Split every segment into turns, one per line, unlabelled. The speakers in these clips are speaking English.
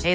Hey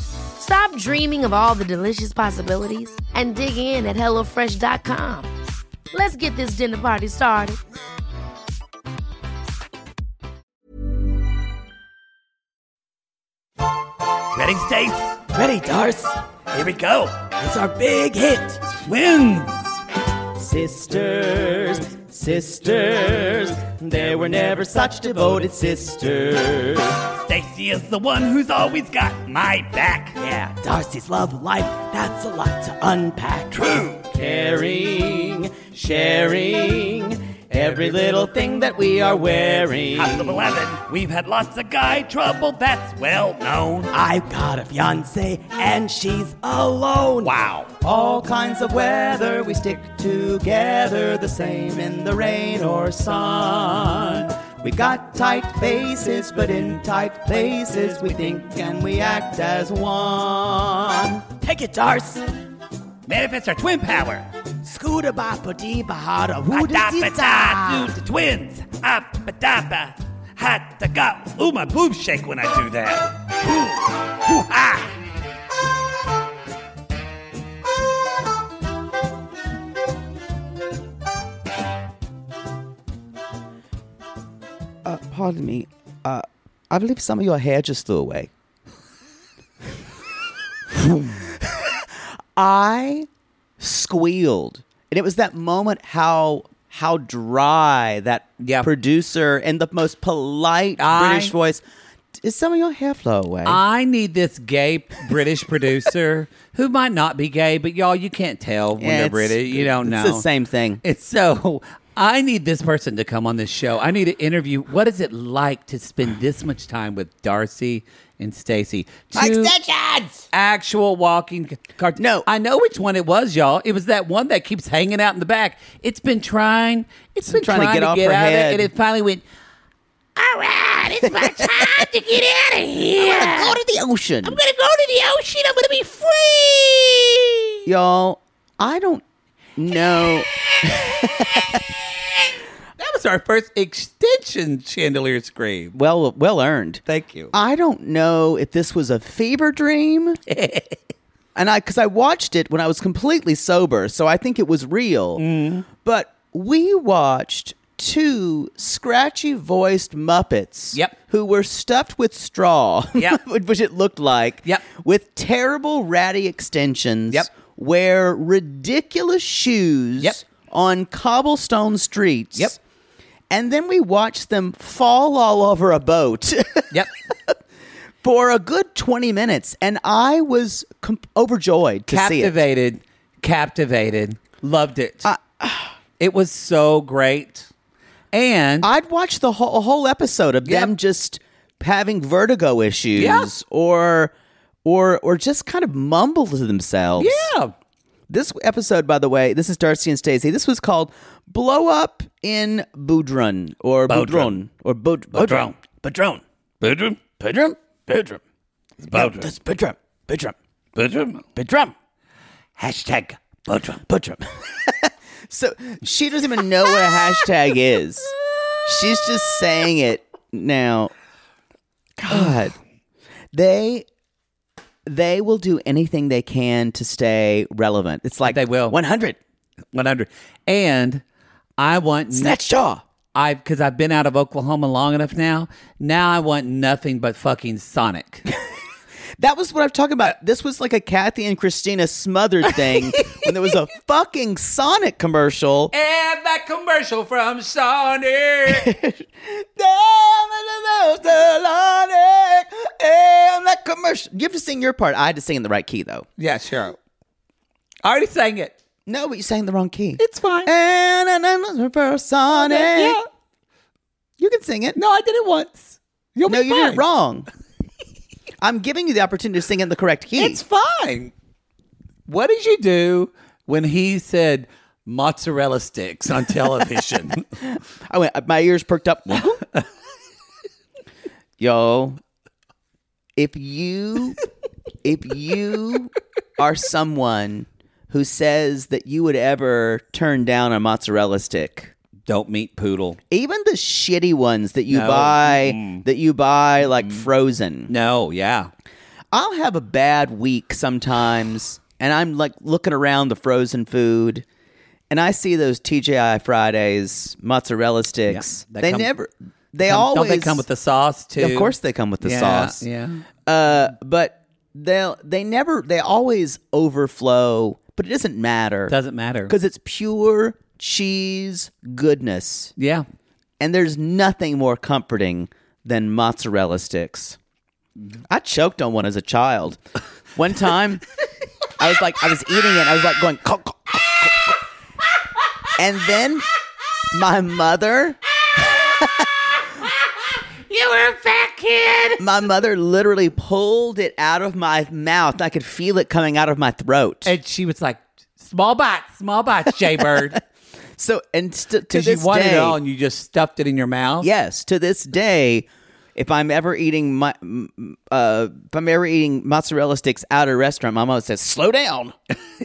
Stop dreaming of all the delicious possibilities and dig in at HelloFresh.com. Let's get this dinner party started.
Ready, Stace? Ready, Darce. Here we go. It's our big hit. Twins. Sisters, sisters, there were never such devoted sisters. Stacy is the one who's always got my back. Yeah, Darcy's love life, that's a lot to unpack. True. Caring, sharing, every little thing that we are wearing. House of 11, we've had lots of guy trouble, that's well known. I've got a fiance and she's alone. Wow. All kinds of weather, we stick together, the same in the rain or sun. We got tight faces, but in tight places, we think and we act as one. Take it, Darce. Manifest our twin power. Scooter bopper dee bahada the twins. Up dappa. Hot to go. Ooh, my boobs shake when I do that. Ooh, ah. hoo ha.
Uh, pardon me. Uh, I believe some of your hair just flew away. I squealed, and it was that moment how how dry that
Yeah.
producer in the most polite
I-
British voice. Is some of your hair flow away?
I need this gay British producer who might not be gay, but y'all, you can't tell when
Yeah,
they're
it's-
British. You don't know.
It's the same thing.
It's so. I need this person to come on this show. I need to interview. What is it like to spend this much time with Darcy and Stacy? Two Actual walking cartoon.
No.
I know which one it was, y'all. It was that one that keeps hanging out in the back. It's been trying. it's been trying, to get,
off her
out
head.
of it, and it finally went. All right, it's my time to get out of here.
Go to the ocean.
I'm gonna go to the ocean. I'm gonna be free.
Y'all, I don't know.
That was our first extension chandelier scream.
Well, well earned.
Thank you.
I don't know if this was a fever dream. and I, because I watched it when I was completely sober, so I think it was real.
Mm-hmm.
But we watched two scratchy voiced Muppets.
Yep.
Who were stuffed with straw.
Yep.
which it looked like.
Yep.
With terrible ratty extensions.
Yep.
Wear ridiculous shoes.
Yep.
On cobblestone streets.
Yep.
And then we watched them fall all over a boat.
Yep.
for a good 20 minutes and i was com- overjoyed to see it
captivated, captivated, loved it. it was so great. And
i'd watch the whole, a whole episode of them
Yep.
just having vertigo issues
Yeah.
or or or just kind of mumble to themselves
yeah,
this episode by the way this is darcy and stacy this was called blow up in budrun or
Bodrum.
budrun or Bud- budrun
Padron. Bedroom. Bedroom. Bedroom. Bedroom. That's bedroom. Bedroom. Bedroom. Bedroom. Hashtag bedroom. Bedroom.
so she doesn't even know what a hashtag is she's just saying it now god they they will do anything they can to stay relevant it's like
They will.
100
one hundred. And I want
snatch jaw
I because I've been out of Oklahoma long enough now. Now I want nothing but fucking Sonic.
That was what I'm talking about. This was like a Kathy and Christina smothered thing when there was a fucking Sonic commercial.
And that commercial from Sonic.
And that commercial. You have to sing your part. I had to sing in the right key though.
yeah, sure. I already sang it.
No, but you sang the wrong key.
It's fine.
and another for Sonic.
Yeah.
You can sing it.
No, I did it once. You'll
no,
be
you
fine.
did it wrong. I'm giving you the opportunity to sing in the correct key.
It's fine. What did you do when he said mozzarella sticks on television?
I went. uh, My ears perked up. Yo, if you, if you are someone who says that you would ever turn down a mozzarella stick,
Don't meet poodle.
even the shitty ones that you
No.
buy, that you buy like frozen,
No, yeah.
I'll have a bad week sometimes, and I'm like looking around the frozen food, and I see those TGI Fridays mozzarella sticks.
Yeah, they
they
come-
never. They
Come-
always
Don't they come with the sauce too?
Of course, they come with the
yeah,
sauce.
Yeah.
Uh, but they they never they always overflow. But it doesn't matter.
Doesn't matter.
because it's pure cheese goodness,
Yeah.
and there's nothing more comforting than mozzarella sticks. I choked on one as a child. One time, I was like, I was eating it. I was like going, "Caw, caw, caw, caw, caw." and then my mother
You were a fat kid.
My mother literally pulled it out of my mouth. I could feel it coming out of my throat.
And she was like, "Small bites, small bites, Jaybird,"
so, and st- to
because you
this
wanted
day,
it all and you just stuffed it in your mouth.
yes, to this day, if I'm ever eating my, m- uh, if I'm ever eating mozzarella sticks out at a restaurant, my mom says, "Slow down.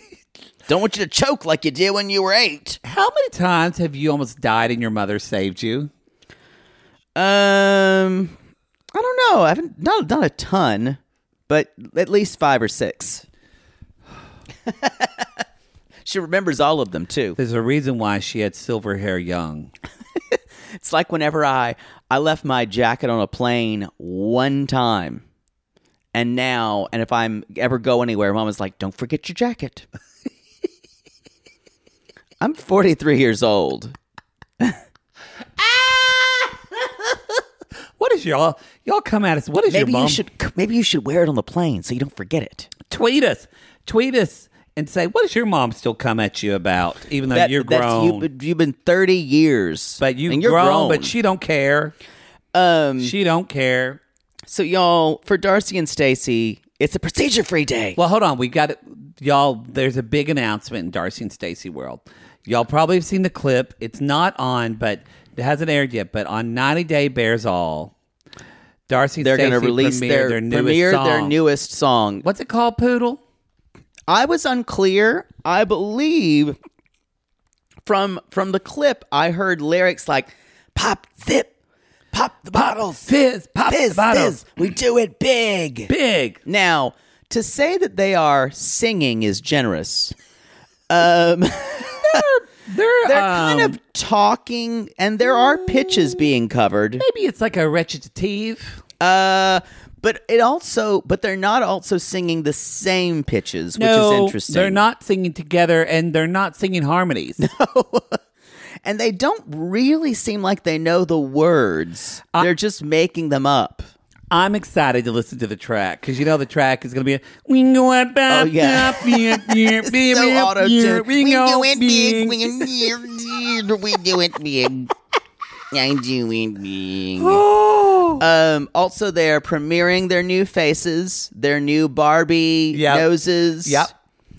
Don't want you to choke like you did when you were eight.
How many times have you almost died and your mother saved you?
Um, I don't know. I haven't not not a ton, but at least five or six. she remembers all of them too.
There's a reason why she had silver hair young.
It's like whenever I I left my jacket on a plane one time, and now, and if I'm ever go anywhere, mom is like, "Don't forget your jacket." I'm 43 years old.
What is y'all? Y'all come at us. What is
Maybe
your mom?
you should maybe you should wear it on the plane so you don't forget it.
tweet us, tweet us, and say what does your mom still come at you about? Even though
That-
you're
that's-
grown,
you've, been- you've been 30 years,
but you
and
grown,
you're grown,
but she don't care.
Um,
She don't care.
so y'all for Darcy and Stacy, it's a procedure-free day.
Well, hold on. We got y'all. There's a big announcement in Darcy and Stacy world. Y'all probably have seen the clip. It's not on, but it hasn't aired yet. But on 90 Day Bears All, Darcy and
They're going to
Stacey
release
premiere
their,
their newest
premiere
song.
their newest song.
What's it called? Poodle.
I was unclear. I believe from from the clip I heard lyrics like pop zip, pop the bottles,
Fizz. Pop the
fizz,
bottles.
fizz, we do it big.
Big.
Now, to say that they are singing is generous.
They're,
They're
um,
kind of talking and there are pitches being covered.
maybe it's like a recitative.
Uh but it also but they're not also singing the same pitches, which is interesting.
They're not singing together and they're not singing harmonies.
and they don't really seem like they know the words. They're just making them up.
I'm excited to listen to the track because you know the track is going to be. We go out back,
Oh, yeah.
up, yeah, yeah, baby,
so
up,
auto
yeah,
tuned.
we go big.
We we do it big. I do it big.
Oh.
Um, also, they're premiering their new faces, their new Barbie
Yep.
noses.
Yep.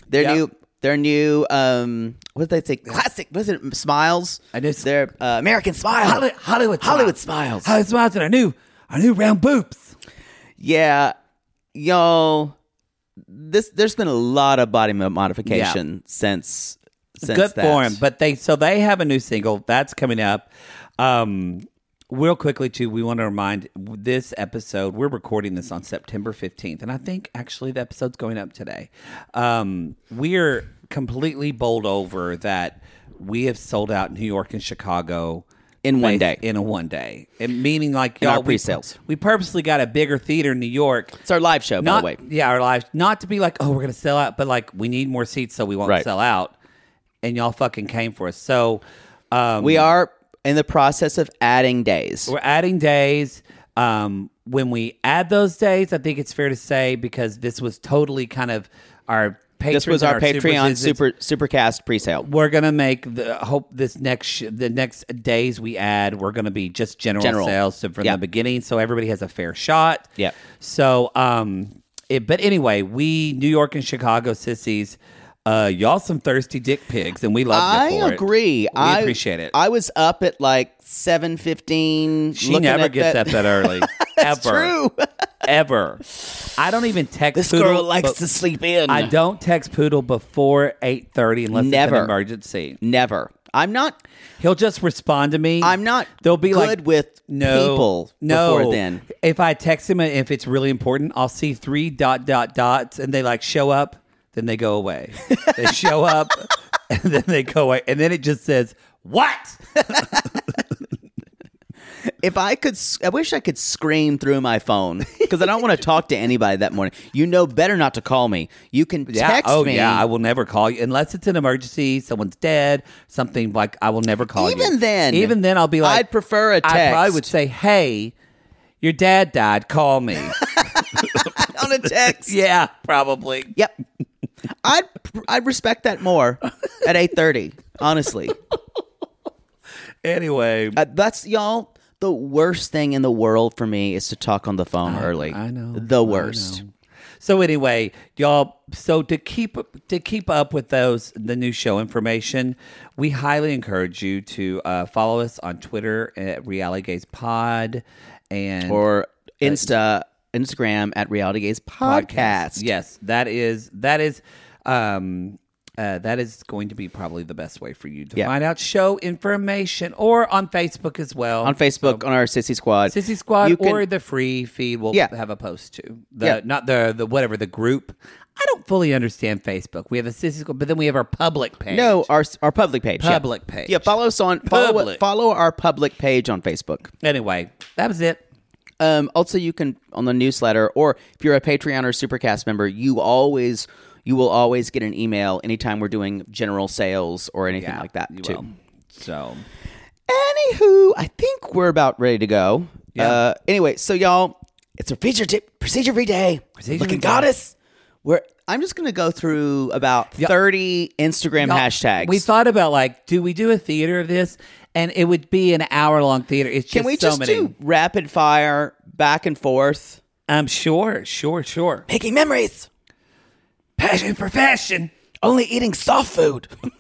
Their
Yep.
new, their new. Um, what did they say? Classic. Was it smiles?
I know s-
Their uh, American smile.
Hollywood, Hollywood,
Hollywood smiles.
Hollywood smiles, and our new, our new round boobs.
Yeah, y'all. This there's been a lot of body mo- modification since since
Good
that.
for him. But they so they have a new single that's coming up. Um, real quickly too, we want to remind this episode we're recording this on September fifteenth, and I think actually the episode's going up today. Um, we're completely bowled over that we have sold out New York and Chicago
In one day.
in a one day, and meaning like
In our
y'all we-
pre-sales.
We, purposely got a bigger theater in New York.
It's our live show,
Not
by the way.
yeah, our lives not to be like oh we're gonna sell out, but like we need more seats so we won't
Right.
sell out, and y'all fucking came for us. So um,
We are in the process of adding days.
We're adding days. Um, when we add those days, I think it's fair to say because this was totally kind of our patrons
This was
and
our Patreon
supervisors-
super supercast pre-sale.
We're gonna make the hope this next sh- the next days we add we're gonna be just general,
General.
sales so from
Yeah.
the beginning so everybody has a fair shot.
Yeah.
So um, it, but anyway, we New York and Chicago sissies, uh, y'all some thirsty dick pigs and we love.
I
you for it.
agree.
We
I
appreciate it.
I was up at like seven fifteen.
She never gets up that early. That's ever.
true.
ever. I don't even text Poodle. but-
sleep in.
I don't text Poodle before eight thirty unless it's
Never.
an emergency.
never. I'm not.
He'll just respond to me.
I'm not
They'll be
good
like
with
no,
people
No.
before then.
if I text him, if it's really important, I'll see three dot dot dots, and they like show up, then they go away. they show up, and then they go away, and then it just says what?
If I could, s- I wish I could scream through my phone because I don't want to talk to anybody that morning. You know better not to call me. You can
Yeah.
text
oh
me.
yeah. I will never call you unless it's an emergency. Someone's dead. Something like I will never call you.
Even then-
Even then, I'll be like.
I'd prefer a
I probably
text.
would say, "Hey, your dad died. Call me."
on a text.
yeah, probably.
Yep. I'd I'd respect that more at eight thirty. Honestly,
Anyway,
Uh, that's y'all. The worst thing in the world for me is to talk on the phone early.
I know. I
the worst.
know. So anyway, y'all. So to keep to keep up with those the new show information, we highly encourage you to uh, follow us on Twitter at Reality Gaze Pod and Uh,
Or Insta Instagram at Reality Gaze Podcast.
Yes, that is that is um uh, that is going to be probably the best way for you to
Yeah.
find out show information or on Facebook as well.
on Facebook on our Sissy Squad.
Um, Sissy Squad
You can-
or the free feed will
Yeah.
have a post too. The
Yeah.
not the the whatever the group. I don't fully understand Facebook. We have a Sissy Squad, but then we have our public page.
no our our public page. yeah.
Public page.
Yeah, follow us on follow,
Public.
follow our public page on Facebook.
Anyway, that was it.
Um, also, you can on the newsletter, or if you're a Patreon or Supercast member, you always you will always get an email anytime we're doing general sales or anything like that
you
too.
will. So
Anywho, I think we're about ready to go.
Yeah.
Uh, anyway, so y'all, it's a procedure tip, procedure every day.
Procedure
Looking
every day.
goddess. We're, I'm just gonna go through about
Yeah.
30 Instagram
Y'all,
hashtags.
Uh, We thought about like, do we do a theater of this? And it would be an hour long theater. It's just
Can we
so
just
many.
do rapid fire back and forth?
I'm Um, sure, sure, sure.
Making memories.
Passion for fashion.
Only eating soft food.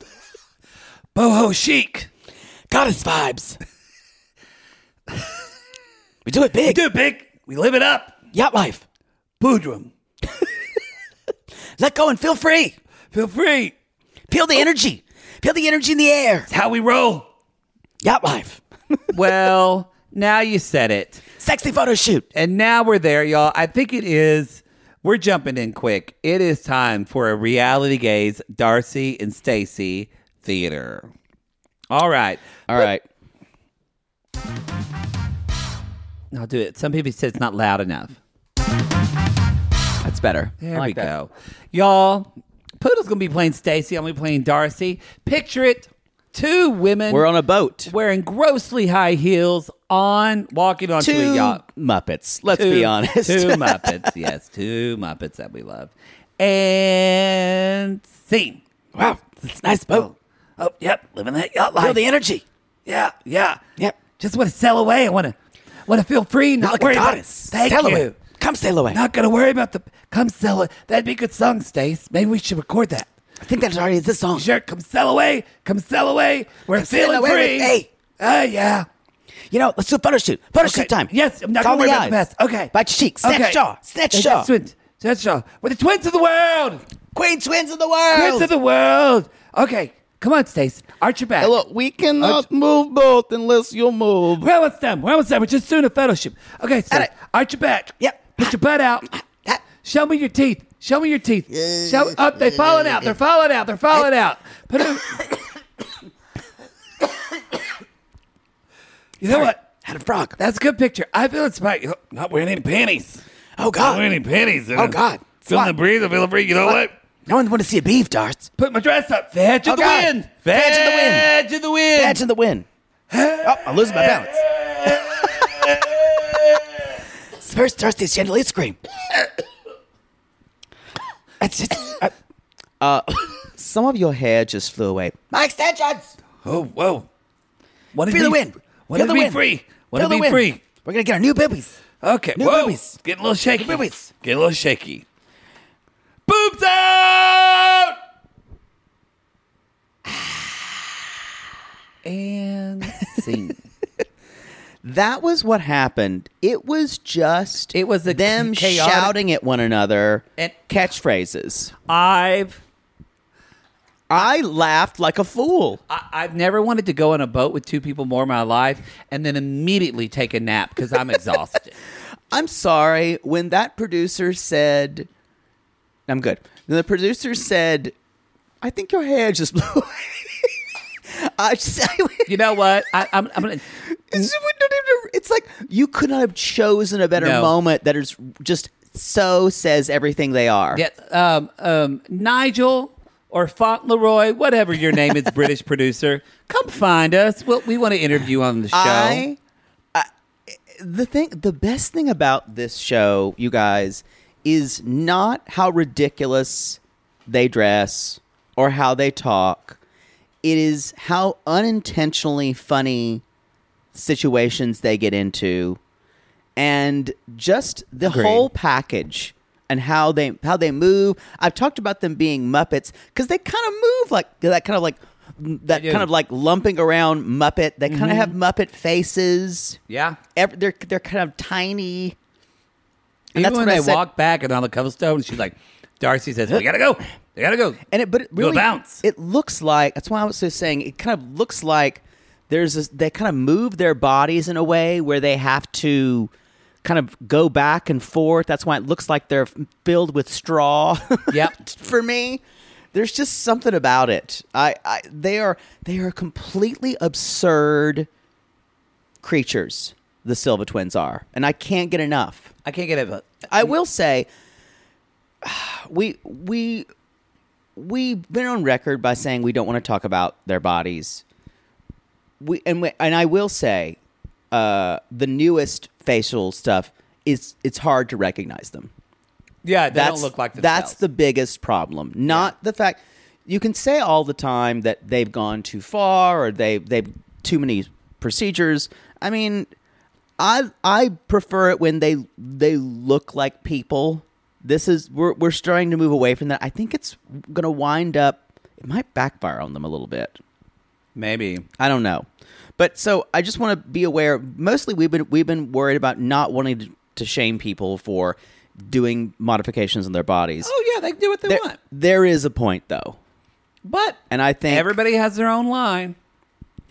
Boho chic.
Goddess vibes. we do it big.
Do it big. We live it up.
Yacht life.
Boodrum.
Let go and feel free.
Feel free.
Feel the energy. Feel the energy in the air.
It's how we roll.
Yacht life.
Well, now you said it.
Sexy photo shoot.
And now we're there, y'all. I think it is. We're jumping in quick. It is time for a reality gaze Darcy and Stacy theater. All right.
All right.
I'll do it. Some people said it's not loud enough.
That's better.
There we go. Y'all, Poodle's going to be playing Stacy. I'm going to be playing Darcy. Picture it. Two women
We're on a boat.
wearing grossly high heels on walking onto
Two
a yacht.
Muppets. Let's
Two-
be honest.
Two Muppets, yes, two Muppets that we love. And scene.
wow. It's a nice boat.
Oh, yep, living that yacht life.
energy.
yeah, yeah,
Yep.
Just want to sail away. I want to, want to feel free, not worry about it. Thank you.
Come sail away.
Not gonna worry about the come sail. a- That'd be a good song, Stace. Maybe we should record that.
I think that's already this song.
Sure, come sail away, come sail away. We're
Come sail
feeling
away
free.
with me.
Ah, yeah.
You know, let's do a photo shoot. Photo
Okay. Yes, I'm not gonna worry about the past. Okay.
Bite your cheeks. Snatch jaw. Snatch jaw.
Snatch jaw. We're the twins of the world.
Queen twins of the world.
Twins of the world. Okay, come on, Stace. Arch your back.
Look, we cannot move both unless you move.
Where was them? Where was them? We're just doing a fellowship. Okay, Stace.
Alright.
Arch your back.
Yep.
Put your butt out.
Ah,
Show me your teeth. Show me your teeth. Show up. They're falling out. They're falling out. They're falling out. Put them. You know what?
Had a frog.
That's a good picture. I feel inspired. You know, Not wearing any panties.
Oh,
Not
God.
wearing any panties.
Oh, God.
Feeling
What?
the breeze. I feel the breeze. You know what?
No one want to see a beef, Darts.
Put my dress up. Fetch
Oh,
of the
God.
wind.
Fetch of the wind.
Fetch of the wind.
Catch in the wind. Oh, I'm losing my balance. First thirsty chandelier scream. That's it. Uh,
Some of your hair just flew away.
my extensions.
Oh, whoa. What
Feel the wind.
What
Feel
did
the
be
wind.
free? What
Feel
did
the
be
wind.
free?
We're gonna get our new boobies.
Okay.
New
whoa.
boobies.
Getting a little shaky.
New boobies.
Getting a little shaky. Boobs out. And scene.
That was what happened. It was just
It was a
them
chaotic-
shouting at one another
And-
catchphrases.
I've
I laughed like a fool.
I, I've never wanted to go on a boat with two people more in my life and then immediately take a nap because I'm exhausted.
I'm sorry when that producer said, "I'm good." When the producer said, "I think your hair just blew." away." I just,
you know what? I, I'm, I'm gonna.
It's- we don't even- it's like you could not have chosen a better
No.
moment that is just so says everything they are.
Yeah, um, um, Nigel or Fauntleroy, whatever your name is, British producer, come find us. We'll, we want to interview on the show.
I, I the thing the best thing about this show, you guys, is not how ridiculous they dress or how they talk. It is how unintentionally funny situations they get into and just the whole package and how they how they move. I've talked about them being Muppets because they kind of move like that kind of like that
They do.
kind of like lumping around Muppet. They kind of have Muppet faces.
yeah.
Ev- they're they're kind of tiny.
Even
that's
when
what I
they
said-
walk back and on the cobblestone, she's like, Darcy says, "We gotta go. We gotta go."
And it, but it really,
bounce.
It looks like that's why I was just saying. It kind of looks like there's this, they kind of move their bodies in a way where they have to kind of go back and forth. That's why it looks like they're filled with straw.
Yep.
for me, there's just something about it. I, I they are they are completely absurd creatures. The Silva twins are, and I can't get enough.
I can't get it. But
I will say, we we we've been on record by saying we don't want to talk about their bodies. We and we, and I will say, uh, the newest facial stuff is it's hard to recognize them.
yeah, they
That's
don't look like
that's
themselves.
the biggest problem. Not the fact you can say all the time that they've gone too far or they they've too many procedures. I mean, I I prefer it when they they look like people. This is we're we're starting to move away from that. I think it's going to wind up. It might backfire on them a little bit.
maybe.
I don't know, but so I just want to be aware. Mostly, we've been we've been worried about not wanting to, to shame people for doing modifications on their bodies.
Oh yeah, they can do what they
There-
want.
there is a point though,
But
and I think
everybody has their own line.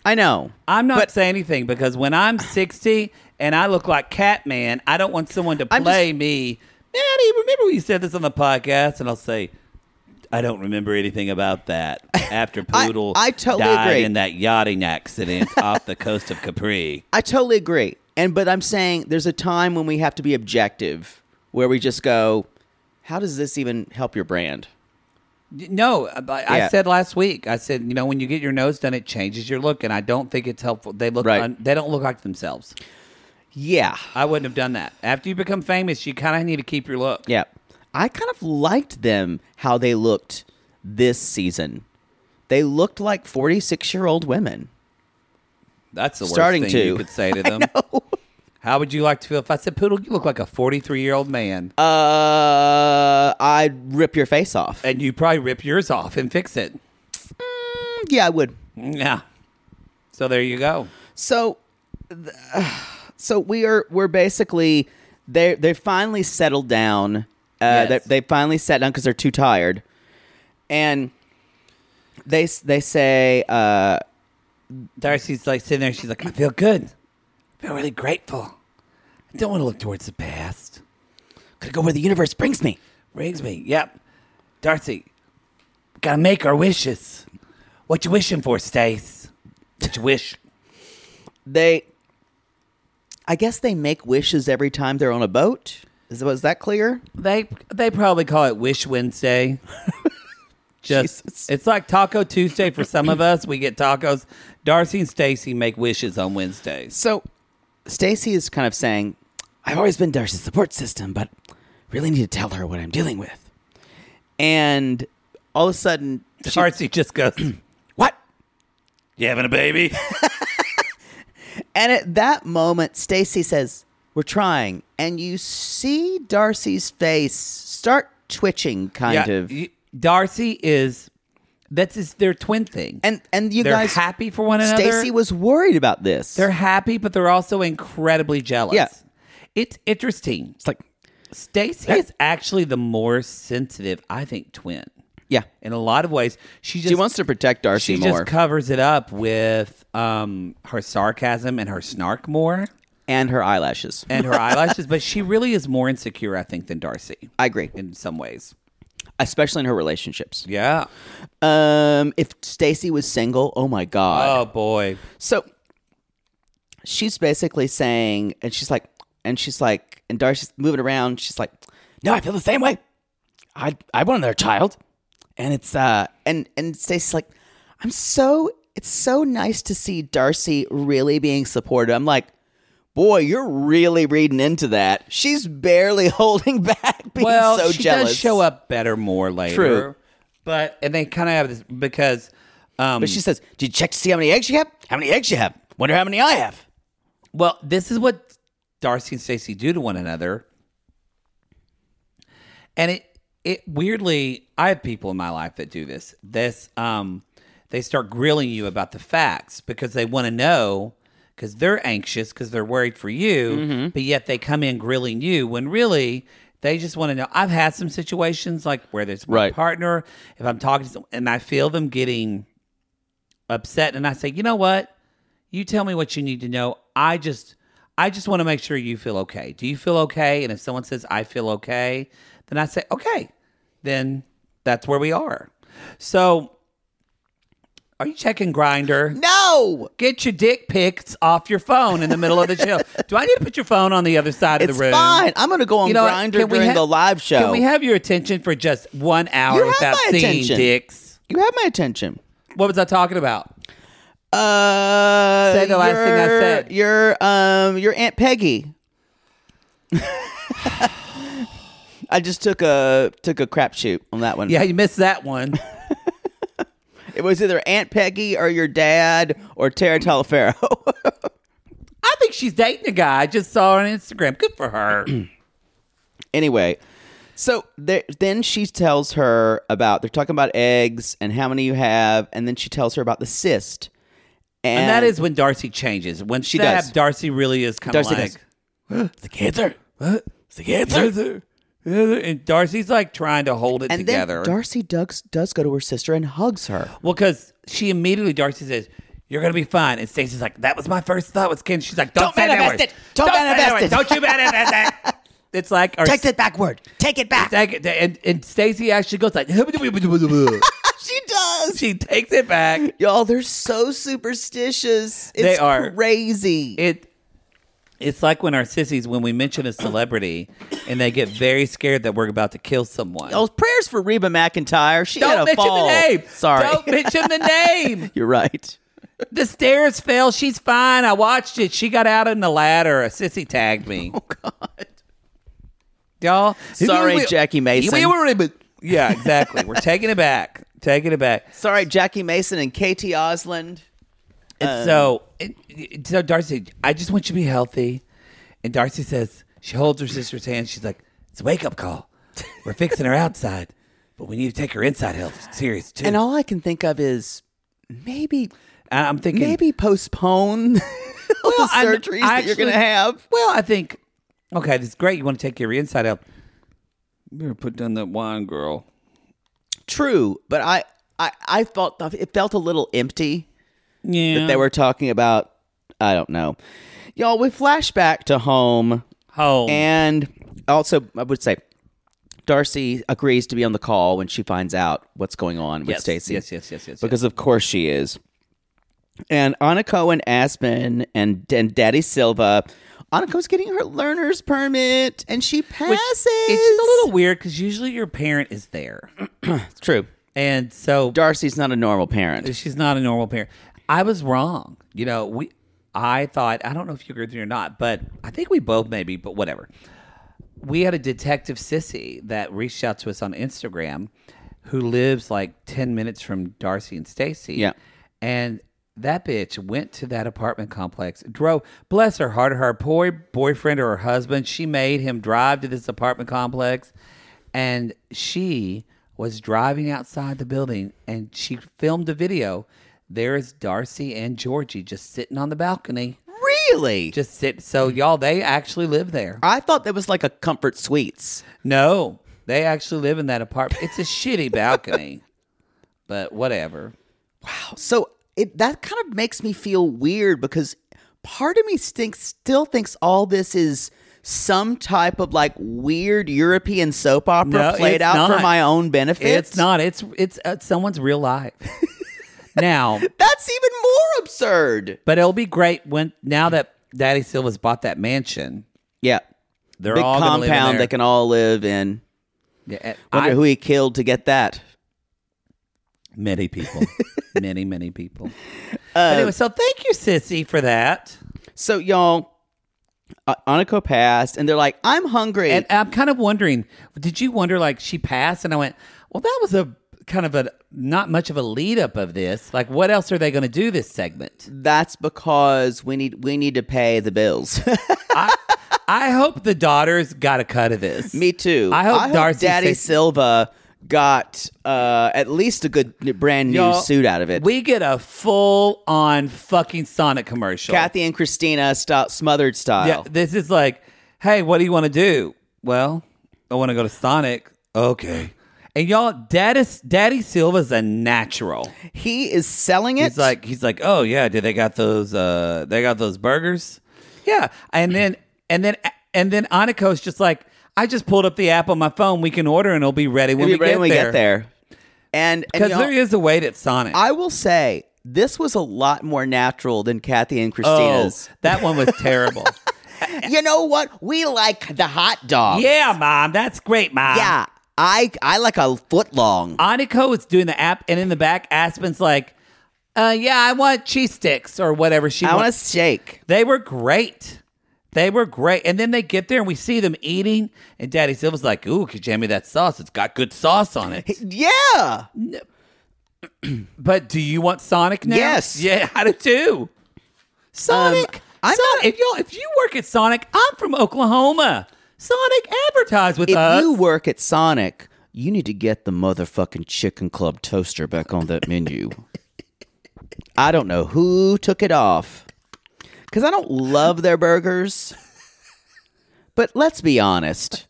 I know.
I'm not
But-
saying anything because when I'm 60 and I look like Catman, I don't want someone to
I'm just-
play me. Maddie, remember when you said this on the podcast? And I'll say, I don't remember anything about that. After
I-
Poodle
I totally
died
agree.
in that yachting accident off the coast of Capri.
I totally agree. And but I'm saying there's a time when we have to be objective, where we just go, "How does this even help your brand?"
No, I, I
Yeah.
said last week. I said, you know, when you get your nose done, it changes your look, and I don't think it's helpful. They look,
Right.
un- they don't look like themselves.
Yeah,
I wouldn't have done that. After you become famous, you kind of need to keep your look.
yeah. I kind of liked them how they looked this season. They looked like 46 year old women.
That's the worst
Starting
thing
to.
you could say to them. How would you like to feel if I said, Poodle, you look like a 43 year old man?
Uh, I'd rip your face off.
and you probably rip yours off and fix it.
Mm, yeah, I would.
Yeah. So there you go.
So, th- so we are we're basically they they finally settled down. Uh,
Yes.
they, they finally sat down because they're too tired, and they s- they say, uh,
Darcy's like sitting there. She's like, I feel good. I feel really grateful. I don't want to look towards the past.
"Gotta go where the universe brings me."
Brings me. Yep. Darcy, gotta make our wishes. What you wishing for, Stace? What you wish?
They I guess they make wishes every time they're on a boat. Is was that clear?
They they probably call it Wish Wednesday. Just
Jesus.
it's like Taco Tuesday for some of us. We get tacos. Darcy and Stacy make wishes on Wednesdays.
So Stacy is kind of saying, I've always been Darcy's support system, but really need to tell her what I'm dealing with. And all of a sudden, she-
Darcy just goes,
what?
"You having a baby?"
And at that moment, Stacy says, "We're trying," and you see Darcy's face start twitching, kind of.
y- Darcy is that's his, their twin thing,
and and you
they're
guys
happy for one another.
Stacy was worried about this.
They're happy, but they're also incredibly jealous.
Yeah.
It's interesting.
it's like,
Stacy
That-
is actually the more sensitive, I think, twin.
yeah,
In a lot of ways, she just
she wants to protect Darcy
she
more
just covers it up with um, her sarcasm and her snark more
and her eyelashes.
and her eyelashes. But she really is more insecure, I think, than Darcy
I agree,
in some ways.
especially in her relationships.
Yeah.
Um, if Stacy was single, oh my god.
Oh boy.
So she's basically saying, and she's like, and she's like, and Darcy's moving around. She's like, no, I feel the same way. I I want another child, and it's uh, and and Stacy's like, I'm so it's so nice to see Darcy really being supportive. I'm like. Boy, you're really reading into that. She's barely holding back, being
well,
so
she
jealous.
does show up better more later.
True.
But and they kind of have this because um,
But she says, "Did you check to see how many eggs you have? How many eggs you have? Wonder how many I have."
Well, this is what Darcy and Stacy do to one another. And it it weirdly, I have people in my life that do this. This um they start grilling you about the facts because they want to know because they're anxious because they're worried for you, but yet they come in grilling you when really they just want to know. I've had some situations like where there's my
Right.
partner, if I'm talking to someone and I feel them getting upset and I say, "You know what? you tell me what you need to know i just i just want to make sure you feel okay do you feel okay and if someone says i feel okay then i say okay then that's where we are so are you checking grinder
No,
get your dick pics off your phone in the middle of the show do i need to put your phone on the other side
it's
of the room
fine. I'm gonna go on
You know what?
Grinder
Can we
during
ha-
the live show.
can we have your attention for just one hour
You have
without
my
seeing
attention.
dicks
you have my attention.
what was i talking about
Uh,
Say the last thing I
your-
said.
Your um, your Aunt Peggy. I just took a took a crap shoot on that one.
yeah you missed that one
it was either Aunt Peggy or your dad or Tara Talaferro.
i think she's dating a guy i just saw her on instagram good for her
anyway, so there, then she tells her about they're talking about eggs and how many you have, and then she tells her about the cyst. And,
And that is when Darcy changes. When she that,
does.
Darcy really is kind of
Darcy
like,
goes,
it's a cancer. What? It's a cancer. And Darcy's like trying to hold it
and
together.
then Darcy does, does go to her sister and hugs her.
well, because she immediately, Darcy says, you're going to be fine. And Stacey's like, that was my first thought was cancer. She's like, don't,
Don't
say that
manifest
word.
it. Don't
say that
manifest
word.
it."
Don't you manifest it. It's like, or,
that backward. Take it back.
take it. And, and Stacey actually goes like,
She does.
she takes it back.
Y'all, they're so superstitious. It's
They are.
crazy.
it it's like when our sissies when we mention a celebrity and they get very scared that we're about to kill someone.
Y'all, prayers for Reba McIntyre. Oh, She had
Don't
a
mention
fall.
the name.
Sorry.
Don't mention the name.
You're right.
The stairs fell. She's fine. I watched it. She got out on the ladder. A sissy tagged me. Oh God. Y'all.
Sorry, Jackie Mason.
We were really- yeah, exactly. We're taking it back. Taking it back.
Sorry, Jackie Mason and Katie Osland.
And so, it, it- so Darcy, I just want you to be healthy. And Darcy says she holds her sister's hand. She's like, "It's a wake up call. We're fixing her outside, but we need to take her inside health serious too."
And all I can think of is maybe
And I'm thinking,
maybe postpone all the
I'm-
surgeries
I
that you're going to
actually-
have.
Well, I think, okay, this is great. You want to take your inside out. You better put down that wine, girl.
True, but I I I felt it felt a little empty
Yeah.
that they were talking about. I don't know, y'all. We flash back to home,
home.
and also I would say Darcy agrees to be on the call when she finds out what's going on with
yes,
Stacy.
Yes, yes, yes, yes.
because of course she is. And Anna Cohen Aspen and, and Daddy Silva Aniko's getting her learner's permit, and she passes.
Which it's a little weird because usually your parent is there,
It's true.
and so
Darcy's not a normal parent.
she's not a normal parent. I was wrong. You know, we. I thought I don't know if you agree with me or not, but I think we both maybe. But whatever. We had a detective sissy that reached out to us on Instagram, who lives like ten minutes from Darcy and Stacy.
Yeah.
and that bitch went to that apartment complex. Drove, bless her heart, her boy boyfriend or her husband. She made him drive to this apartment complex, and she was driving outside the building and she filmed a video. There is Darcy and Georgie just sitting on the balcony.
Really?
Just sit. So y'all, they actually live there.
I thought that was like a comfort suites.
No, they actually live in that apartment. It's a shitty balcony, but whatever.
So it that kind of makes me feel weird because part of me stinks, still thinks all this is some type of like weird European soap opera
No,
played
it's
out for
not.
my own benefit.
It's not. It's it's uh, someone's real life. now,
That's even more absurd.
but it'll be great when now that Daddy Silva's bought that mansion,
Yeah.
they're
Big
all gonna live in
compound they
there.
can all live in.
Yeah,
Wonder
I-
who he killed to get that.
many people, many many people.
Uh,
but anyway, so thank you, Sissy, for that.
So y'all, uh, Aniko passed, and they're like, "I'm hungry."
And I'm kind of wondering, did you wonder like she passed? And I went, well, that was a kind of a not much of a lead up of this. Like, what else are they going to do this segment?
That's because we need we need to pay the bills.
I hope the daughters got a cut of this.
Me too.
I hope Darcy
Daddy
thinks-
Silva got uh, at least a good n- brand new
Y'all,
suit out of it.
We get a full on fucking Sonic commercial.
Kathy and Christina style, smothered
Yeah,
style.
this is like, hey, what do you want to do? Well, I want to go to Sonic. Okay. And y'all, Daddy, Daddy Silva's a natural.
He is selling it.
He's like, he's like, oh yeah, did they got those? Uh, they got those burgers. Yeah, and then and then and then Aniko's just like, I just pulled up the app on my phone. We can order and it'll be ready when
It'll be
we,
ready
get,
when
there.
we get there. And and
Because
y'all,
there is a wait at Sonic.
I will say this was a lot more natural than Kathy and
oh,
Christina's.
that one was terrible.
You know what? We like the hot dog.
yeah, mom, that's great, mom.
Yeah. I I like a foot long.
Aniko is doing the app, and in the back, Aspen's like, uh, "Yeah, I want cheese sticks or whatever she
I want
wants."
to shake.
They were great. They were great. And then they get there and we see them eating. And Daddy Silva's like, ooh, could you hand me that sauce? It's got good sauce on it.
Yeah.
But do you want Sonic now?
Yes.
Yeah, I do too. Sonic.
I'm
Sonic. if y'all if you work at Sonic, I'm from Oklahoma. Sonic advertise with
If
us.
you work at Sonic, you need to get the motherfucking Chicken Club toaster back on that menu. I don't know who took it off. Because I don't love their burgers. But let's be honest.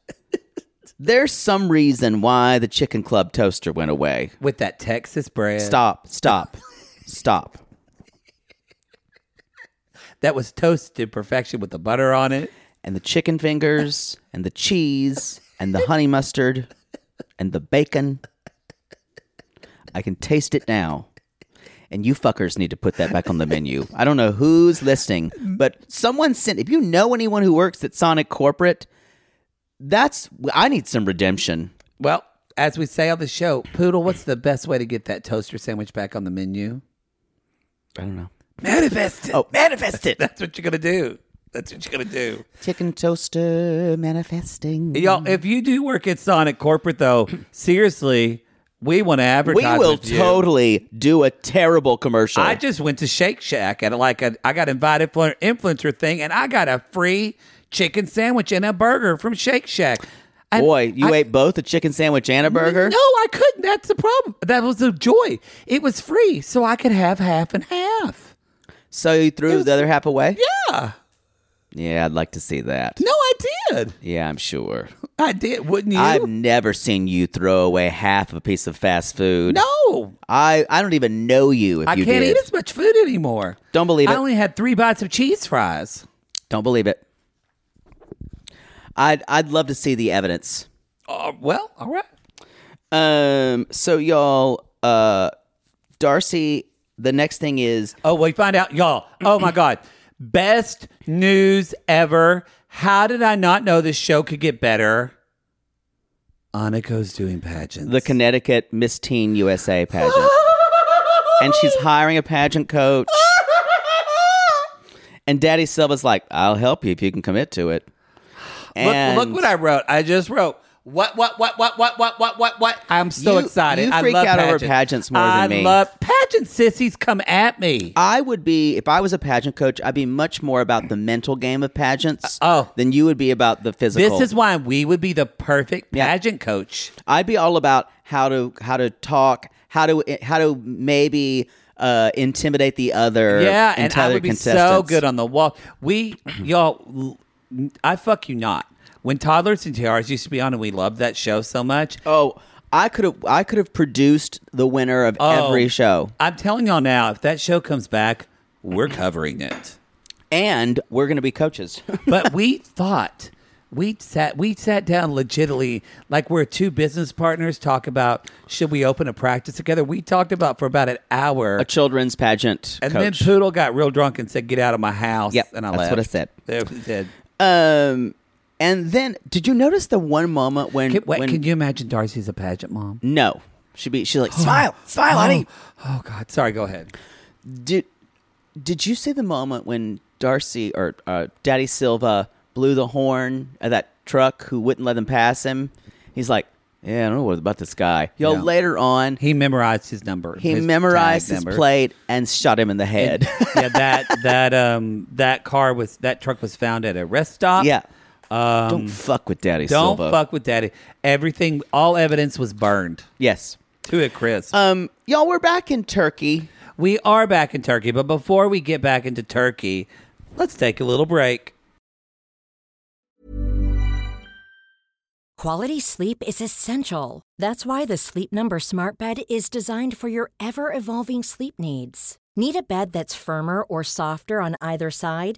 There's some reason why the Chicken Club toaster went away.
with that Texas bread.
Stop, stop, stop.
That was toasted to perfection with the butter on it.
and the chicken fingers and the cheese and the honey mustard and the bacon. I can taste it now. And you fuckers need to put that back on the menu. I don't know who's listening, but someone sent if you know anyone who works at Sonic Corporate, that's I need some redemption.
Well, as we say on the show, Poodle, what's the best way to get that toaster sandwich back on the menu?
I don't know.
Manifest it.
Oh, manifest it.
That's what you're gonna do. That's what you're gonna do.
Chicken toaster manifesting.
Y'all, if you do work at Sonic Corporate though, seriously, we want to
we
advertise.
will
with you.
totally do a terrible commercial.
I just went to Shake Shack and like a, I got invited for an influencer thing, and I got a free chicken sandwich and a burger from Shake Shack. And
Boy, you
I-
ate both a chicken sandwich and a burger?
No, I couldn't. That's the problem. That was the joy. It was free, so I could have half and half.
So you threw the other half away?
Yeah.
Yeah, I'd like to see that.
No, I did.
Yeah, I'm sure.
I did. Wouldn't you?
I've never seen you throw away half a piece of fast food.
no.
I, I don't even know you if
I
you
can't
did.
eat as much food anymore.
Don't believe
I
it.
only had three bites of cheese fries.
Don't believe it. I'd I'd love to see the evidence.
Uh, well, all right.
Um so y'all uh Darcy the next thing is
Oh, we find out, y'all. Oh my God. Best news ever. How did I not know this show could get better? Aniko's doing pageants.
the Connecticut Miss Teen USA pageant. and she's hiring a pageant coach. and Daddy Silva's like, I'll help you if you can commit to it. And
look, look what I wrote. I just wrote. What what what what what what what what what? I'm so
You-
excited.
you
I
freak
love
out over
pageants.
pageants more than
I
me.
love pageant sissies. Come at me.
I would be if I was a pageant coach, I'd be much more about the mental game of pageants
Uh, oh.
than you would be about the physical.
This is why we would be the perfect
Yeah.
pageant coach.
I'd be all about how to how to talk, how to how to maybe uh, intimidate the other.
Yeah, and I
other
would be so
contestants.
good on the walk. We y'all, l- I fuck you not. When toddlers and tiaras used to be on, and we loved that show so much.
Oh, I could have I could have produced the winner of
Oh,
every show,
I'm telling y'all now, if that show comes back, we're covering it.
and we're going to be coaches.
but we thought we sat we sat down legitimately like we're two business partners talk about should we open a practice together we talked about for about an hour
a children's pageant
and then
coach.
poodle got real drunk and said get out of my house
Yep,
and i
that's
left
what I said.
There we did.
um, and then did you notice the one moment when
Can, wait,
when
can you imagine darcy's a pageant mom
no she be she's like smile smile honey
oh god sorry go ahead Oh.
did did you see the moment when Darcy or uh, Daddy Silva blew the horn at that truck who wouldn't let them pass him? He's like, yeah, I don't know what about this guy. Yo,
No.
later on, he,
he memorized his number his
memorized
tag
his
number.
plate and shot him in the head.
yeah that that um that car was that truck was found at a rest stop
yeah,
um,
don't fuck with Daddy
Don't
Silva.
fuck with daddy. Everything, all evidence was burned
Yes.
to a crisp.
Um, y'all, we're back in Turkey.
we are back in Turkey, but before we get back into Turkey, let's take a little break.
Quality sleep is essential. That's why the Sleep Number Smart Bed is designed for your ever evolving sleep needs. Need a bed that's firmer or softer on either side?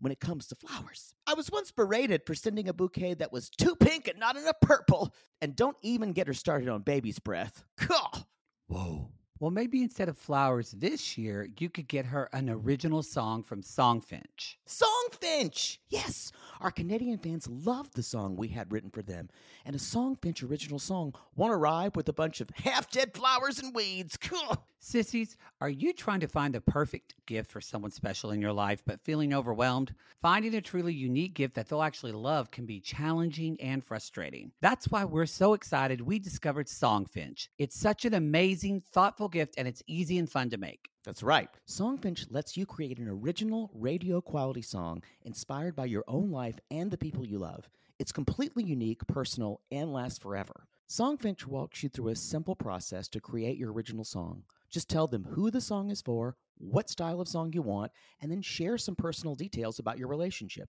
when it comes to flowers. I was once berated for sending a bouquet that was too pink and not enough purple, and don't even get her started on baby's breath. Gah!
Whoa. Well, maybe instead of flowers this year, you could get her an original song from Songfinch.
Songfinch! Yes! Our Canadian fans loved the song we had written for them, and a Songfinch original song won't arrive with a bunch of half dead flowers and weeds. Gah!
Sissies, are you trying to find the perfect gift for someone special in your life but feeling overwhelmed? Finding a truly unique gift that they'll actually love can be challenging and frustrating. That's why we're so excited we discovered Songfinch. It's such an amazing, thoughtful gift and it's easy and fun to make.
That's right. Songfinch lets you create an original radio quality song inspired by your own life and the people you love. It's completely unique, personal, and lasts forever. Songfinch walks you through a simple process to create your original song. Just tell them who the song is for, what style of song you want, and then share some personal details about your relationship.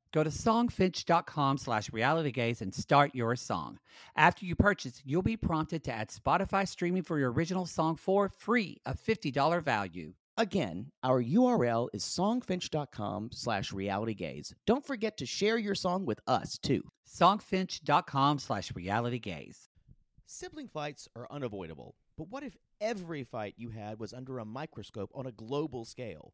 Go to songfinch.com slash realitygaze and start your song. After you purchase, you'll be prompted to add Spotify streaming for your original song for free, a $50 value.
Again, our URL is songfinch.com slash realitygaze. Don't forget to share your song with us, too.
Songfinch.com slash realitygaze.
Sibling fights are unavoidable, but what if every fight you had was under a microscope on a global scale?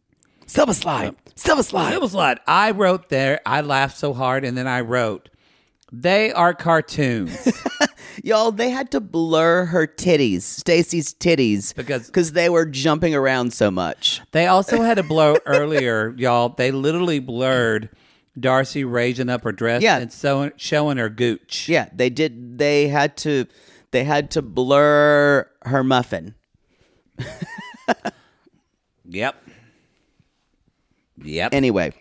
Silver slide, silver slide.
It was like I wrote there. I laughed so hard, and then I wrote, "They are cartoons."
Y'all, they had to blur her titties, Stacy's titties,
Because-
because they were jumping around so much.
they also had a blow earlier, y'all. They literally blurred Darcy raising up her dress
Yeah.
and so, showing her gooch.
Yeah, they did. They had to. They had to blur her muffin.
Yep. Yep.
Anyway,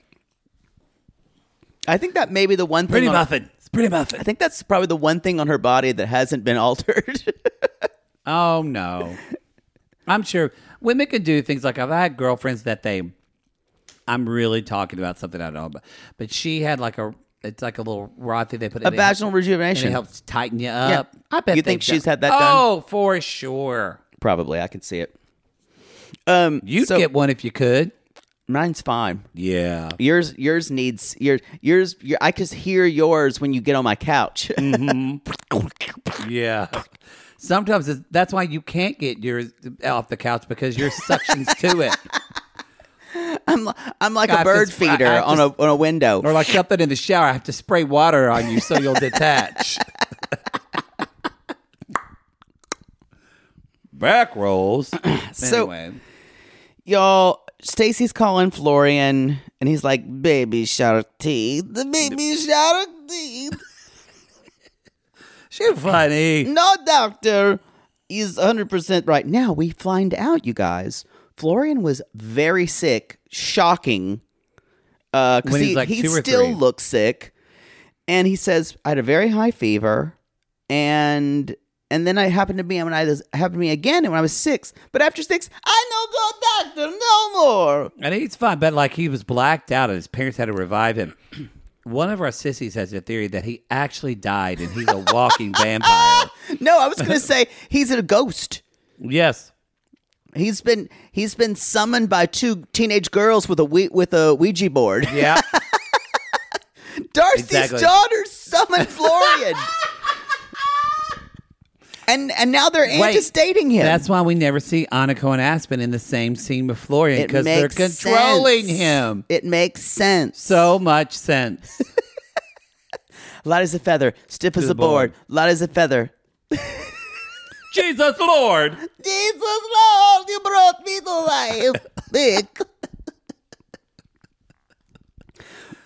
I think that may be the one thing.
pretty
on-
muffin. It's pretty
I
muffin.
think that's probably the one thing on her body that hasn't been altered.
Oh no. I'm sure women can do things like I've had girlfriends that they I'm really talking about something I don't know about. But she had like a it's like a little rod thing they put
A
in
vaginal
and it
rejuvenation.
helps tighten you up. I bet
You
they've
think she's had that
oh,
done?
for sure.
Probably, I can see it. Um,
You'd
so-
get one if you could.
mine's fine.
Yeah.
Yours, yours needs yours. Yours, your, I just hear yours when you get on my couch.
Yeah. Sometimes it's, that's why you can't get yours off the couch because your suction's to it.
I'm like
God,
a bird
this- I- I
feeder on a
just-
on a window.
Or like something in the shower, I have to spray water on you so you'll detach. Back rolls.
So-
anyway,
y'all stacy's calling florian and he's like baby shark teeth the baby shark teeth
she funny.
no doctor is 100% right now we find out you guys florian was very sick shocking uh 'cause
When he was
he,
like
he
two or
still
three.
looks sick and he says i had a very high fever and and then I happened to be, and when I this happened to me again, and when I was six. But after six, I no go doctor no more.
And he's fine, but like he was blacked out and his parents had to revive him. One of our sissies has a theory that he actually died and he's a walking vampire.
No, I was going to say he's a ghost.
Yes.
He's been he's been summoned by two teenage girls with a Ouija, with a Ouija board.
Yeah.
Darcy's
Exactly.
daughter summoned Florian. and and now they're
Wait,
just dating him.
That's why we never see Aniko and Aspen in the same scene with Florian because they're
sense.
controlling him.
It makes sense.
So much sense.
Light as a feather, stiff as
the
a board. Light as a feather.
Jesus Lord.
Jesus Lord, you brought me to life. Dick.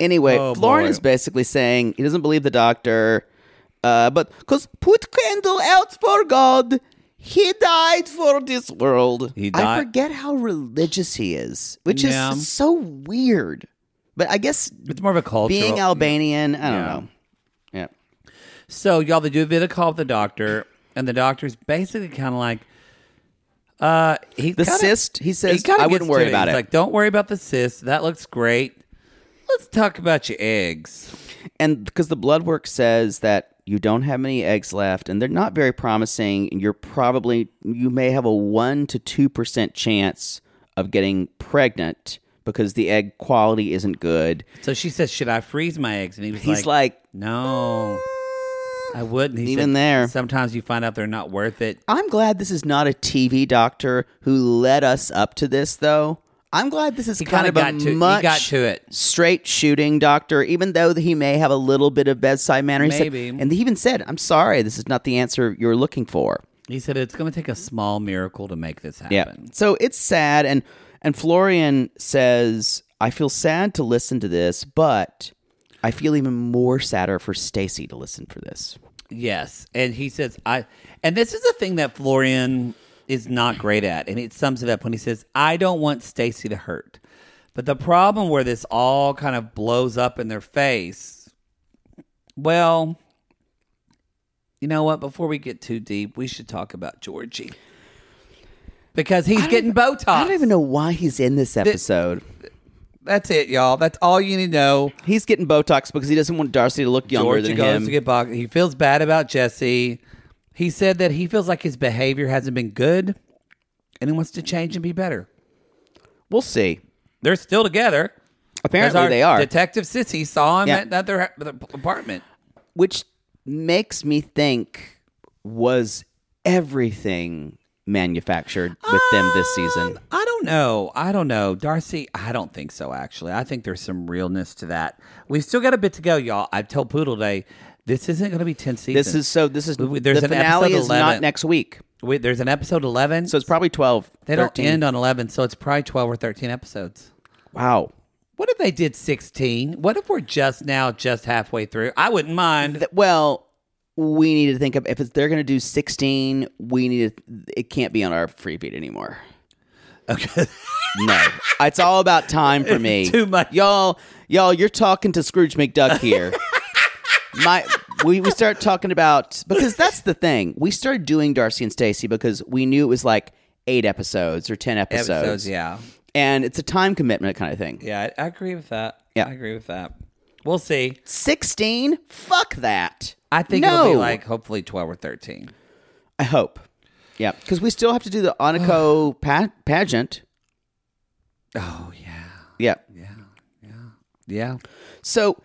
Anyway,
Oh,
Florian
boy.
is basically saying he doesn't believe the doctor, uh, but because put candle out for God, he died for this world.
He
I
died-
forget how religious he is, which
Yeah.
is so weird. But I guess
It's more of a cultural.
being Albanian, I don't
Yeah.
know. Yeah.
So y'all, they do a video call with the doctor, and the doctor's basically kind of like, uh, he
The
kinda-
cyst, he says,
kinda
"I wouldn't
gets
worry
to
about
He's
it."
Like, don't worry about the cyst. That looks great. Let's talk about your eggs.
And because the blood work says that you don't have many eggs left and they're not very promising, and you're probably, you may have a 1% to 2% chance of getting pregnant because the egg quality isn't good.
So she says, "Should I freeze my eggs?" And he was
He's like,
"No, I wouldn't." He
Even
said,
there.
sometimes you find out they're not worth it.
I'm glad this is not a TV doctor who led us up to this, though. I'm glad this is
He
kind
kinda
of a
got to- he
much
got to it.
straight shooting doctor, even though he may have a little bit of bedside manner. He said-
Maybe.
and he even said, I'm sorry, this is not the answer you're looking for.
He said, "It's going to take a small miracle to make this
Yeah.
happen."
So it's sad and and Florian says, I feel sad to listen to this, but I feel even more sadder for Stacy to listen for this.
Yes, and he says I, and this is a thing that Florian is not great at, and it sums it up when he says, "I don't want Stacy to hurt." But the problem where this all kind of blows up in their face, well, you know what? Before we get too deep, we should talk about Georgie because he's getting Botox.
I don't even know why he's in this episode.
That's it, y'all. That's all you need to know.
he's getting Botox because he doesn't want Darcy to look younger
Georgia
than
goes
him.
to get boxed. He feels bad about Jesse. He said that he feels like his behavior hasn't been good, and he wants to change and be better.
we'll see.
They're still together.
Apparently
As our
they are,
Detective Sissy saw him
Yeah.
at, at their their apartment.
which makes me think was everything manufactured with them
Ah!
this season.
I don't know. I don't know, Darcy. I don't think so. Actually, I think there's some realness to that. We've still got a bit to go, y'all. I told Poodle Day this isn't going to be ten seasons.
This is so. This is
We- there's
the
an
finale
episode
is not
11.
next week,
Wait, there's an episode eleven,
so it's probably 12,
they
13.
don't end on eleven, so it's probably twelve or thirteen episodes.
Wow.
What if they did 16? What if we're just now, just halfway through? I wouldn't mind.
Th- well, we need to think of if it's, they're going to do sixteen. We need to. It can't be on our free feed anymore.
Okay.
No, it's all about time for me.
Too much.
y'all. Y'all, you're talking to Scrooge McDuck here. My, we we start talking about because that's the thing. We started doing Darcy and Stacy because we knew it was like eight episodes or ten episodes.
Episodes, yeah.
and it's a time commitment kind of thing.
Yeah, I, I agree with that.
Yeah.
I agree with that. We'll see.
16? Fuck that.
I think
no.
it'll be like hopefully 12 or 13.
I hope. Yeah. Because we still have to do the Aniko pa- pageant.
Oh, yeah.
Yeah.
Yeah.
So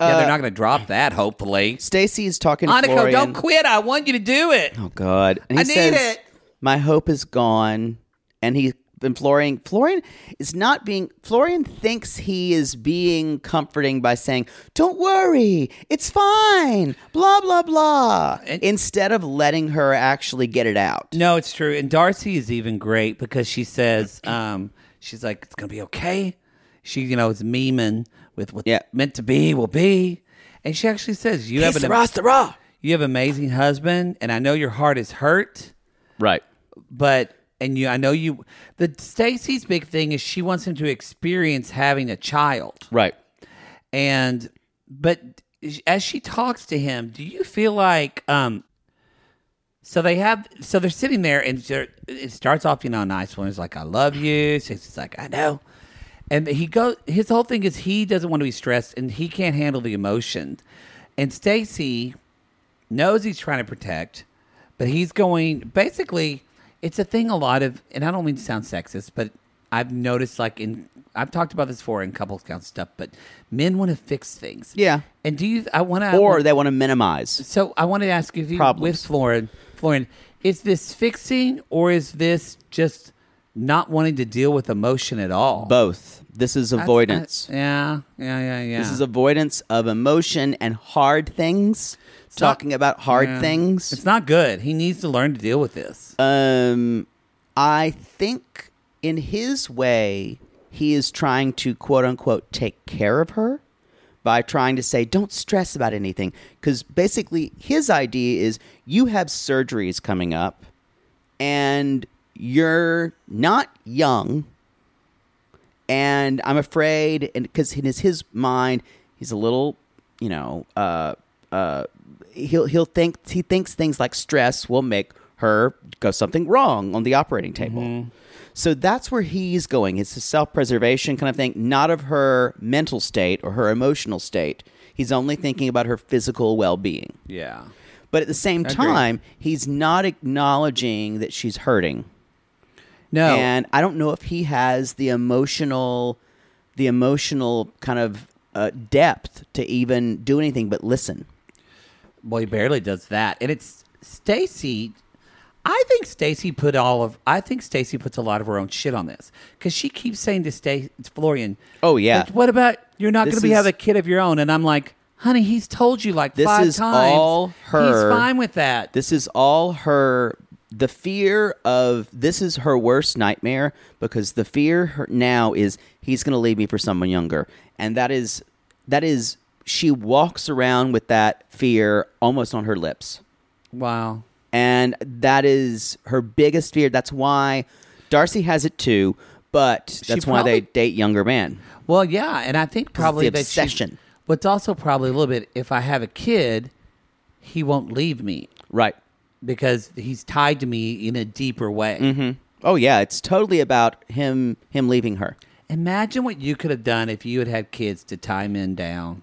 Yeah,
uh,
they're not going to drop that, hopefully.
Stacy is talking to
Aniko,
Florian.
don't quit. I want you to do it.
Oh, God. And
I
he
need
says,
it.
My hope is gone. And he and Florian Florian is not being Florian thinks he is being comforting by saying, Don't worry, it's fine. Blah blah blah.
And-
Instead of letting her actually get it out.
No, it's true. And Darcy is even great because she says, um, she's like, it's gonna be okay. She, you know, is memeing with what's
Yeah.
meant to be will be. And she actually says, You have an
Rastara.
you have an amazing husband, and I know your heart is hurt,
Right.
but and you I know you the Stacy's big thing is she wants him to experience having a child.
Right.
And but as she talks to him, do you feel like um so they have so they're sitting there and they're- it starts off you know nice one is like I love you, Stacy's like I know. And he goes his whole thing is he doesn't want to be stressed and he can't handle the emotion. And Stacy knows he's trying to protect, but he's going basically. It's a thing a lot of, and I don't mean to sound sexist, but I've noticed like in I've talked about this before in couples count stuff, but men want to fix things.
Yeah.
and do you? I want to
Or they want to minimize.
so I wanted to ask if you
Problems.
with Florin, Florin, is this fixing or is this just not wanting to deal with emotion at all?
Both. This is
That's-
avoidance.
I- yeah, yeah, yeah, yeah.
This is avoidance of emotion and hard things. talking about hard
Yeah. It's
things.
not good. He needs to learn to deal with this.
Um, I think in his way, he is trying to quote unquote take care of her by trying to say, don't stress about anything. Because basically, his idea is you have surgeries coming up and you're not young and I'm afraid, and because in his, his mind, he's a little, you know, uh, uh, he'll he'll think he thinks things like stress will make her go something wrong on the operating table. So that's where he's going. It's a self preservation kind of thing, not of her mental state or her emotional state. He's only thinking about her physical well being.
Yeah.
But at the same time, he's not acknowledging that she's hurting.
No.
And I don't know if he has the emotional, the emotional kind of uh, depth to even do anything but listen.
Well, he barely does that, and it's Stacy. I think Stacy put all of. I think Stacy puts a lot of her own shit on this because she keeps saying to Stacy, Florian.
Oh, yeah.
"But What about you're not
This
going to be
is-
have a kid of your own? And I'm like, honey, he's told you like
This
five
is
times.
all her-
He's fine with that.
This is all her. The fear of this is her worst nightmare because the fear her, now is he's going to leave me for someone younger, and that is that is she walks around with that fear almost on her lips.
wow.
and that is her biggest fear. That's why Darcy has it too, but that's why they
probably-
date younger men.
Well, yeah, and I think probably
the
that she-
obsession.
what's also probably a little bit. If I have a kid, he won't leave me
Right.
because he's tied to me in a deeper way.
Oh yeah, it's totally about him him leaving her.
Imagine what you could have done if you had had kids to tie men down.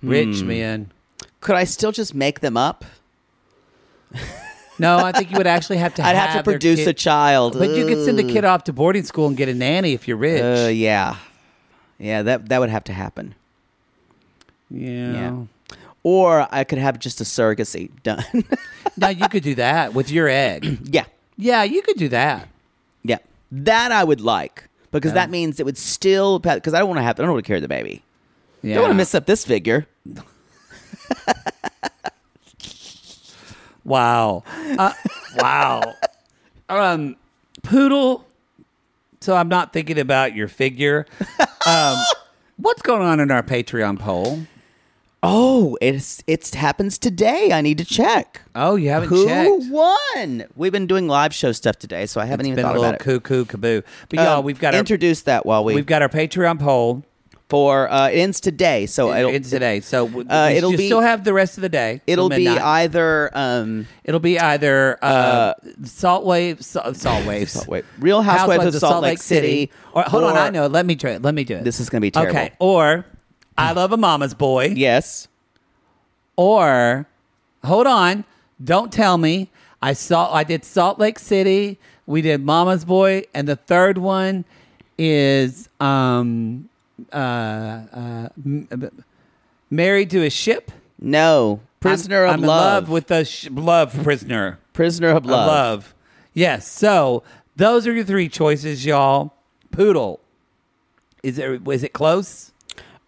Hmm.
Rich men.
Could I still just make them up?
No, I think you would actually have to.
I'd have, to
their
produce
kid-
a child.
But you could send the kid off to boarding school and get a nanny if you're rich.
Uh, yeah, yeah. That that would have to happen.
yeah.
Yeah. Or I could have just a surrogacy done.
now you could do that with your egg.
yeah,
yeah, you could do that.
yeah. That I would like because that means it would still because I don't want to have I don't want to carry the baby.
Yeah.
I don't want to mess up this figure.
Wow. Uh, wow. Um, poodle. So I'm not thinking about your figure. Um, what's going on in our Patreon poll?
Oh, it's it's happens today. I need to check.
Oh, you haven't
Who
checked.
won? We've been doing live show stuff today, so I haven't
It's
even
been
thought
a little
about it.
cuckoo kaboo. But y'all,
Um,
we've got our,
introduce that while we
we've got our Patreon poll.
for uh, it ends today, so it'll
it's today, so w-
Uh,
we
it'll
should
be-
still have the rest of the day. till
It'll be
midnight.
either um,
it'll be either uh, salt waves, salt, salt waves,
Salt Wave- Real Housewives of Salt Lake City,
Or hold on,
or-
I know. it. Let me try it. Let me do it.
This is gonna be terrible.
Okay, or I love a mama's boy.
yes,
Or hold on, don't tell me. I saw. I did Salt Lake City. We did Mama's Boy, and the third one is um uh, uh m- married to a ship.
no, prisoner
I'm,
of
I'm
love.
in love with the sh- love prisoner
prisoner of
of
love.
love. Yes. So those are your three choices, y'all. Poodle. Is it is it close?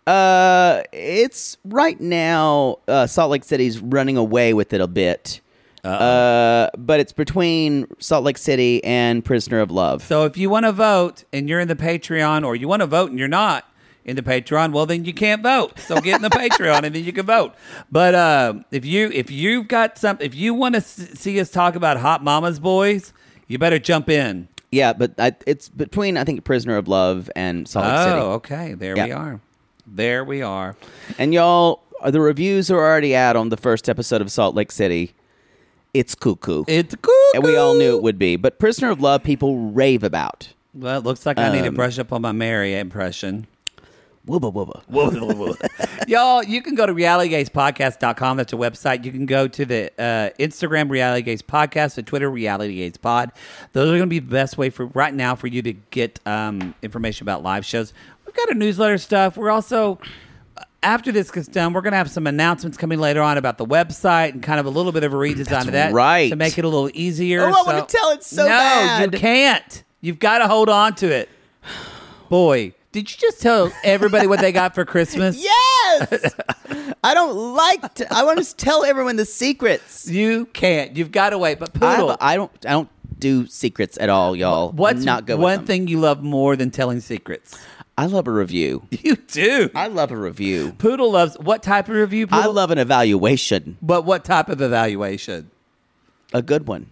Uh, it's right now. Uh, Salt Lake City's running away with it a bit. Uh, but it's between Salt Lake City and Prisoner of Love.
So if you want to vote and you're in the Patreon, or you want to vote and you're not in the Patreon, well then you can't vote. So get in the Patreon and then you can vote. But uh, if you if you've got some if you want to s- see us talk about Hot Mama's Boys, you better jump in.
Yeah, but I, it's between I think Prisoner of Love and Salt Lake
oh, okay. There we
Yeah.
are. There we are.
City. And y'all, uh, the reviews are already out on the first episode of Salt Lake City. It's cuckoo,
It's cool.
and we all knew it would be. But Prisoner of Love, people rave about.
Well, it looks like I
Um,
need to brush up on my Mary impression.
Wooba wooba.
Y'all, you can go to realitygazepodcast.com. That's a website. You can go to the uh, Instagram Reality Gaze Podcast, the Twitter Reality Gaze Pod. Those are going to be the best way for right now for you to get um, information about live shows. We've got our newsletter stuff. We're also uh, after this gets done, we're going to have some announcements coming later on about the website and kind of a little bit of a redesign of that,
right.
To make it a little easier.
Oh, I wanna tell it so
no,
bad.
you can't. You've got to hold on to it. Boy, did you just tell everybody what they got for Christmas?
Yes, I don't like. To, I want to tell everyone the secrets.
You can't. You've got to wait. But
I,
poodle,
have- I don't. I don't do secrets at all, y'all.
what's
not good? with
one
them.
thing you love more than telling secrets?
I love a review.
You do.
I love a review.
Poodle loves what type of review? Poodle?
I love an evaluation.
But what type of evaluation?
A good one.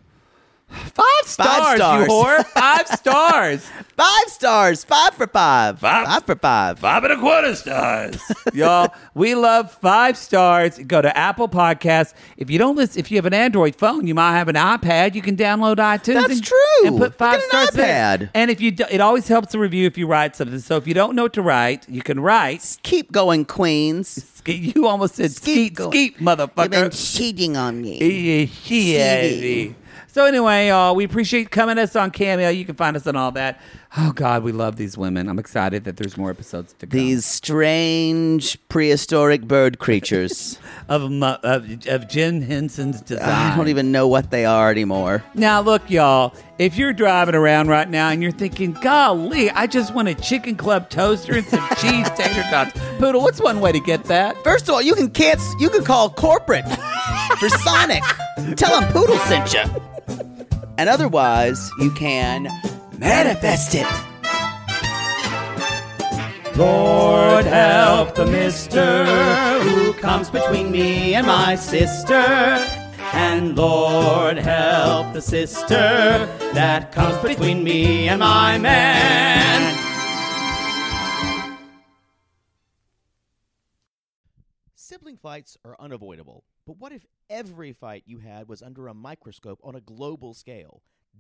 Five stars,
stars.
you whore. Five stars.
Five stars. Five for five.
Five-
for five.
Five and a quarter stars. Y'all, we love five stars. Go to Apple Podcasts. If you don't listen, if you have an Android phone, you might have an iPad. You can download iTunes.
That's
and,
true.
And put five
Get an
stars there.
iPad.
And if you, do, it always helps the review if you write something. So if you don't know what to write, you can write.
Keep going, Queens.
Ske- You almost said skeet,
going.
skeet,
You've been
motherfucker.
cheating on me.
Yeah, yeah. So anyway, y'all, we appreciate coming us on Cameo. You can find us on all that. Oh God, we love these women. I'm excited that there's more episodes to come.
These strange prehistoric bird creatures.
of mu- of, of Jen Henson's design.
I don't even know what they are anymore.
Now look, y'all. If you're driving around right now and you're thinking, "Golly, I just want a chicken club toaster and some cheese tater tots," poodle, what's one way to get that?
First of all, you can cancel. You can call corporate for Sonic. Tell them Poodle sent you. And otherwise, you can manifest it.
Lord help the mister who comes between me and my sister. And Lord help the sister that comes between me and my man.
Sibling fights are unavoidable, but what if every fight you had was under a microscope on a global scale?